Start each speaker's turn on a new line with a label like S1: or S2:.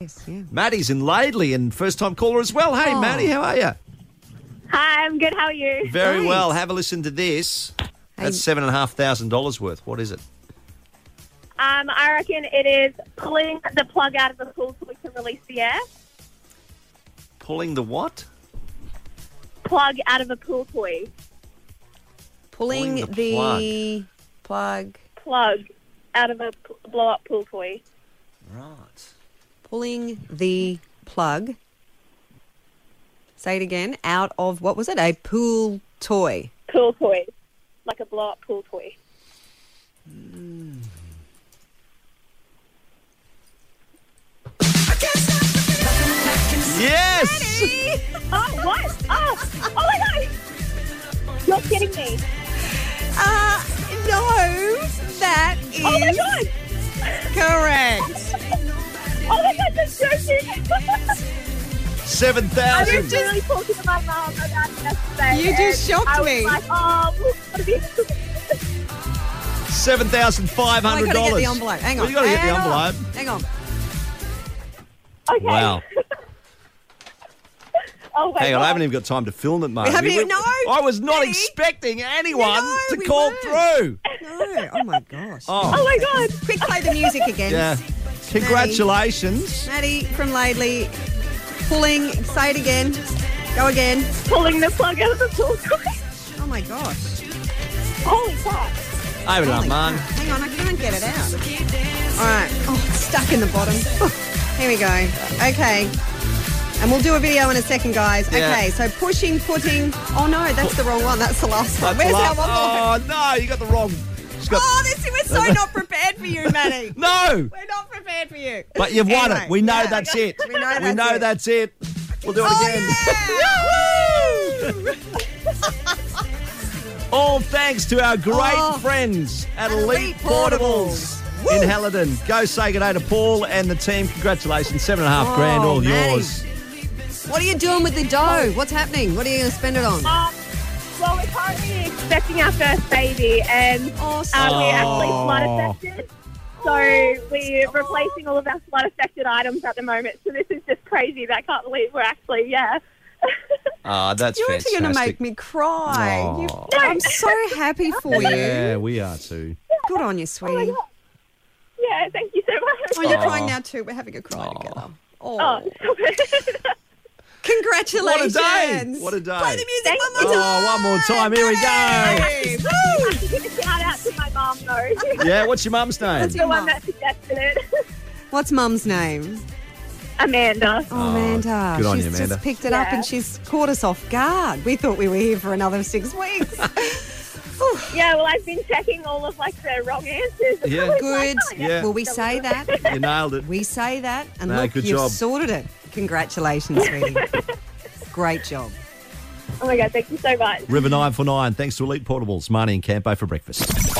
S1: Yes, yeah.
S2: Maddie's in Laidley and first time caller as well. Hey,
S1: Oh.
S2: Maddie, how are you?
S3: Hi, I'm good. How are you?
S2: Very
S1: Nice.
S2: well. Have a listen to this. That's seven and a half thousand dollars worth. What is it?
S3: Um, I reckon it is pulling the plug out of the pool so we can release the air.
S2: Pulling the what?
S3: Plug out of a pool toy.
S1: Pulling,
S2: Pulling
S1: the,
S2: the
S1: plug.
S3: Plug out of a p- blow up pool toy.
S2: Right.
S1: Pulling the plug. Say it again. Out of what was it? A pool toy.
S3: Pool toy. Like a blow up pool toy.
S2: Yes.
S3: Oh, what? Oh, oh my god! You're kidding me.
S1: Uh, no, that is
S3: Oh my god!
S1: correct.
S3: Oh my god, that's so cute.
S2: Seven
S3: I
S2: thousand.
S3: was really talking to my mum about it yesterday.
S1: You just
S3: and
S1: shocked
S3: I was
S1: me.
S3: like, oh, what are you-
S2: Seven thousand five
S1: Oh, I gotta
S2: hundred
S1: get
S2: dollars.
S1: the envelope. Hang on.
S2: Well, you gotta get the
S1: Hang on.
S2: envelope.
S1: Hang on.
S3: Okay.
S2: Wow.
S3: Oh my
S2: Hang on, I
S3: God.
S2: haven't even got time to film it, mate.
S1: haven't
S2: We
S1: even-
S2: were-
S1: no,
S2: I was not
S1: Maddie.
S2: expecting anyone
S1: No,
S2: to
S1: we
S2: call
S1: weren't.
S2: through.
S1: No. Oh my gosh.
S2: Oh,
S3: Oh my god.
S1: Quick, play the music again.
S2: yeah. Congratulations.
S1: Maddie from Laidley, pulling. Say it again. Go again.
S3: Pulling the plug out of the pool toy.
S1: Oh my gosh.
S3: Holy crap.
S2: Over
S1: Holy
S2: and man.
S1: crap. Oh Hang on, I can't get it out. All right. Oh, it's stuck in the bottom. Oh, Here we go. Okay. And we'll do a video in a second, guys.
S2: Yeah.
S1: Okay, so pushing, putting. Oh no, that's the wrong one. That's the last one.
S2: That's
S1: Where's
S2: a
S1: our
S2: lot.
S1: envelope?
S2: Oh no, you got the wrong. She's got-
S1: Oh, this we're so not prepared for you, Maddie.
S2: no.
S1: We're not prepared for you.
S2: But you've won
S1: Anyway,
S2: it. We know
S1: yeah.
S2: that's it.
S1: We know
S2: We
S1: that's
S2: know
S1: it.
S2: that's it. Oh, We'll do it again.
S1: Oh, yeah! Woo!
S2: All thanks to our great
S1: Oh.
S2: friends at
S1: At
S2: Elite,
S1: Elite
S2: Portables,
S1: Portables. Woo.
S2: in Halidon. Go say good day to Paul and the team. Congratulations. Seven and a half
S1: Oh,
S2: grand, all
S1: Maddie.
S2: yours.
S1: What are you doing with the dough? What's happening? What are you going to spend it on?
S3: Um, well, we're currently expecting our first baby, and
S1: Awesome.
S3: uh, we're actually
S2: Oh.
S3: flood affected. So we're replacing all of our flood affected items at the moment. So this is just crazy. I can't believe we're actually, yeah.
S2: Ah, that's
S1: You're actually
S2: fantastic.
S1: going to make me cry.
S2: Oh.
S1: You- I'm so happy for you.
S2: Yeah, we are too.
S1: Good on you, sweetie. Oh,
S3: Yeah, thank you so much.
S1: you're
S2: Oh.
S1: crying now too. We're having a cry together. Oh,
S3: Oh, stop it.
S1: congratulations!
S2: What a day.
S1: Play the music
S3: Thank
S1: one more
S3: you.
S1: time.
S2: Oh, one more time. Here we go.
S1: Hey,
S3: I
S1: woo!
S3: have to give a shout out to my mom, though.
S2: Yeah, what's your mum's name?
S1: That's
S3: the
S1: Mum.
S3: one that suggested it.
S1: What's Mum's name?
S3: Amanda.
S1: Oh, Amanda.
S2: good on
S1: she's
S2: you, Amanda.
S1: just picked it up
S3: Yeah.
S1: and she's caught us off guard. We thought we were here for another six weeks. Whew.
S3: Yeah, well, I've been checking all of like the wrong answers.
S2: Yeah.
S3: I was like,
S1: Good.
S3: oh, yeah.
S2: Yeah.
S1: Well, we say that.
S2: You nailed it.
S1: We say that. And
S2: No,
S1: look,
S2: good
S1: you've
S2: job.
S1: sorted it. Congratulations, sweetie. Great job.
S3: Oh my god, thank you so much.
S2: River 949. Thanks to Elite Portables, Marnie and Campo for breakfast.